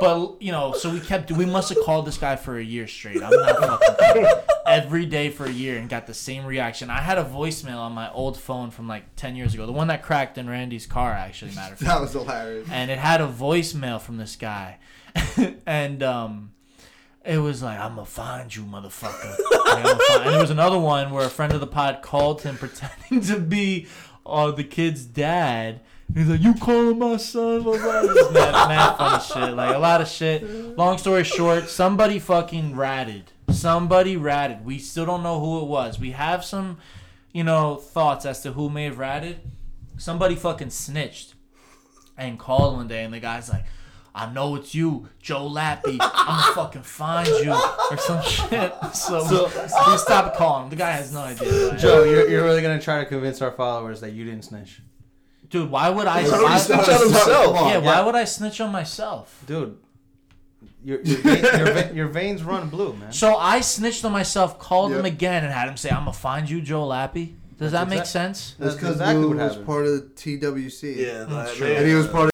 But you know, so we kept. We must have called this guy for a year straight. I'm not fucking kidding. Every day for a year and got the same reaction. I had a voicemail on my old phone from like ten years ago, the one that cracked in Randy's car, actually. Matter of fact That was hilarious. and it had a voicemail from this guy, and um, it was like, "I'm gonna find you, motherfucker." Like, "I'mma find-" And there was another one where a friend of the pod called him pretending to be uh, the kid's dad. He's like, "You calling my son?" Blah, blah, blah. Just mad, mad funny shit, like a lot of shit. Long story short, somebody fucking ratted. Somebody ratted. We still don't know who it was. We have some, you know, thoughts as to who may have ratted. Somebody fucking snitched and called one day, and the guy's like, "I know it's you, Joe Lappy. I'm gonna fucking find you or some shit." So, we stopped calling. him. The guy has no idea. Like, Joe, you're, you're really gonna try to convince our followers that you didn't snitch, Dude, why would I? Why would he snitch on himself? Yeah, why yeah. would I snitch on myself? dude. Your your, vein, your, ve- your veins run blue, man. So I snitched on myself, called him Yep. again, and had him say, "I'm gonna find you, Joe Lappy." Does that make exact- sense? That's That's because exactly Lou what was happened. part of the TWC. Yeah, that- true. man. Oh, And he was part of.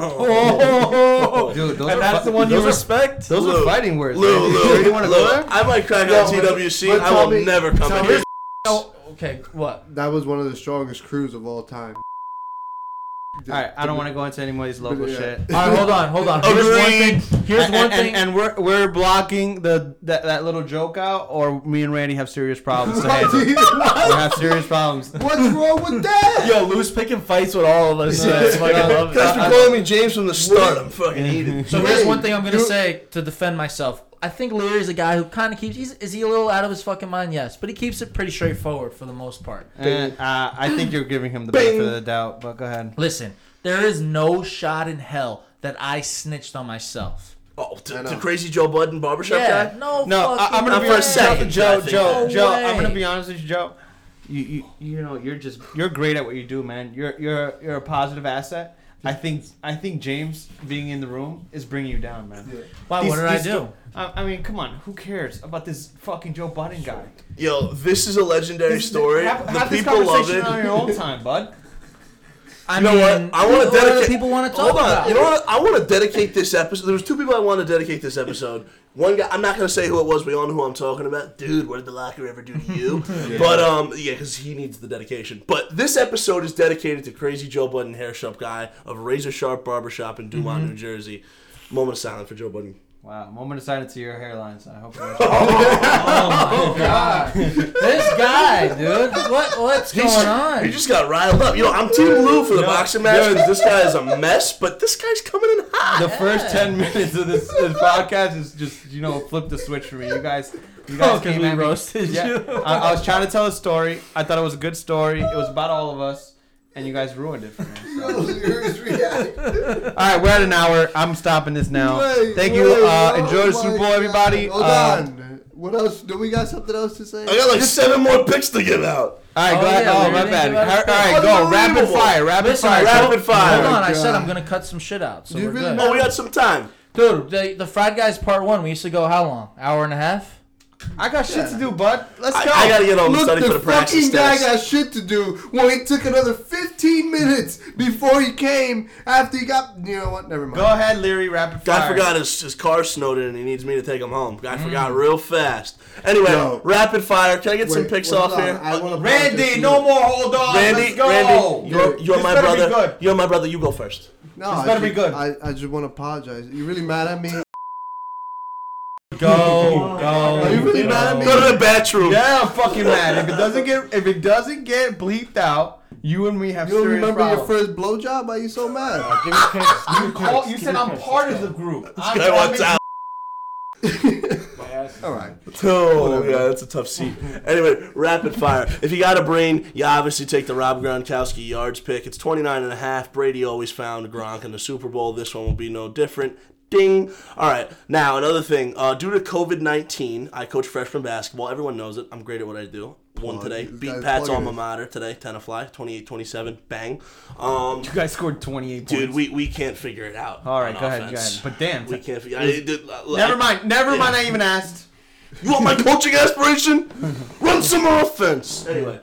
Oh, Dude, those and are that's fu- the one you those are- respect. Those Lou, are fighting words. Lou, man. Lou, You wanna go Lou, there? I might crack No, out but- TWC. but I tell will me- never come tell in me- here. Oh, okay, what? That was one of the strongest crews of all time. All right, I don't want to go into any more of these local Yeah. shit. All right, hold on, hold on. Here's one Agreed. thing. Here's and, one and- thing. and, we're we're blocking the that, that little joke out, or me and Randy have serious problems to handle. we have serious problems. What's wrong with that? Yo, Lou's picking fights with all of us. That's what I love. Guys been calling me James from the start. I'm fucking heated. So here's Wait, one thing I'm gonna you- say to defend myself. I think Leary's a guy who kind of keeps. He's, is he a little out of his fucking mind? Yes, but he keeps it pretty straightforward for the most part. And, uh, I think you're giving him the benefit of the doubt, but go ahead. Listen, there is no shot in hell that I snitched on myself. Oh, I to, know. to crazy Joe Budden barbershop Yeah, guy. no, No, I, fucking I'm gonna I'm for be a way. honest, Joe, second. I Joe, think Joe, that- Joe. No I'm gonna way. be honest with you, Joe. You, you, you know, you're just you're great at what you do, man. You're you're you're a positive asset. I think I think James being in the room is bringing you down, man. Why? These- what did I these- do? I, I mean, come on, who cares about this fucking Joe Biden guy? Yo, this is a legendary story. Have, have the this people love conversation it. on your own time, bud. I You know what? I want to dedicate. People want to talk Hold on. about. You know what? I want to dedicate this episode. There was two people I wanted to dedicate this episode. One guy. I'm not gonna say who it was. We all know who I'm talking about. Dude, what did the locker ever do to you? But um, yeah, because he needs the dedication. But this episode is dedicated to Crazy Joe Budden, hair shop guy of Razor Sharp Barbershop in Dumont, Mm-hmm. New Jersey. Moment of silence for Joe Budden. Wow, moment of silence to your hairlines. I hope. You're Oh Oh this guy, dude. What? What's going on? He just got riled up. You know, I'm Team Lou for the boxing match because this guy is a mess, but this guy's coming in hot. the first ten minutes of this, this podcast is just you know flip the switch for me. You guys, you Oh, guys came at me. Yeah, I, I was trying to tell a story. I thought it was a good story. It was about all of us, and you guys ruined it for me. So. all right, we're at an hour. I'm stopping this now. Wait, Thank you. wait, Uh, oh enjoy my the Super Bowl, God. everybody. Hold Uh, on. What else? Do we got something else to say? I got like seven more picks to give out. All right, Oh, go ahead. yeah, oh, we my didn't bad. give out All a pick. right, go. Rapid Unbelievable. fire. Rapid Listen, fire. I- Rapid fire. Hold on, I said Oh God. I'm gonna cut some shit out, so Do you we're really good. know- Oh, we got some time. Dude, the, the Fried Guys Part One. We used to go how long? Hour and a half. I got shit to do, bud. Let's I, go. I gotta get home and Look, study for the the practice fucking guy test. got shit to do. Well, he took another 15 minutes before he came. After he got, you know what? Never mind. Go ahead, Leary. Rapid fire. Guy forgot his, his car snowed in and he needs me to take him home. Guy forgot real fast. Anyway, Mm. Yo. rapid fire. Can I get some Wait, picks hold off on. here? I wanna apologize Randy, to no you. more hold on. Randy, Let's go. Randy, you're, you're This my better be brother. good. You're my brother. You go first. No, This I better be just- good. I, I just want to apologize. You really mad at me? Go, Are you go. really mad at me? Go to the bathroom. Yeah, I'm fucking mad. If it doesn't get if it doesn't get bleeped out, you and me have You don't serious remember your problems. first blowjob? Why you so mad? Give me picks. you, call, you said I'm part of the group. I'm, Guy wants out. My ass. All right. Oh, yeah, that's a tough seat. Anyway, rapid fire. If you got a brain, you obviously take the Rob Gronkowski yards pick. It's 29 and a half. Brady always found Gronk in the Super Bowl. This one will be no different. Ding. All right. Now another thing. Uh, due to COVID nineteen, I coach freshman basketball. Everyone knows it. I'm great at what I do. Won today. this Beat guy's Pat's plugging alma it. mater today. Ten of fly. 28-27. Bang. Um, You guys scored 28 dude, points. we, we can't figure it out. All right, on go ahead, go offense. ahead. But damn, we t- can't. Figure, I, did- I- never I- mind. Never Yeah. mind. I even asked. You want my coaching aspiration? Run some offense. Anyway,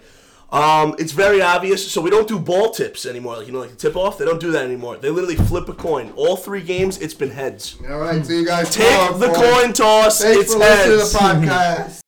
um, it's very obvious. So we don't do ball tips anymore. Like you know, like the tip off. They don't do that anymore. They literally flip a coin. All three games, it's been heads. All right, so you guys Take talk, the boys. coin toss. Thanks it's for heads. listening to the podcast.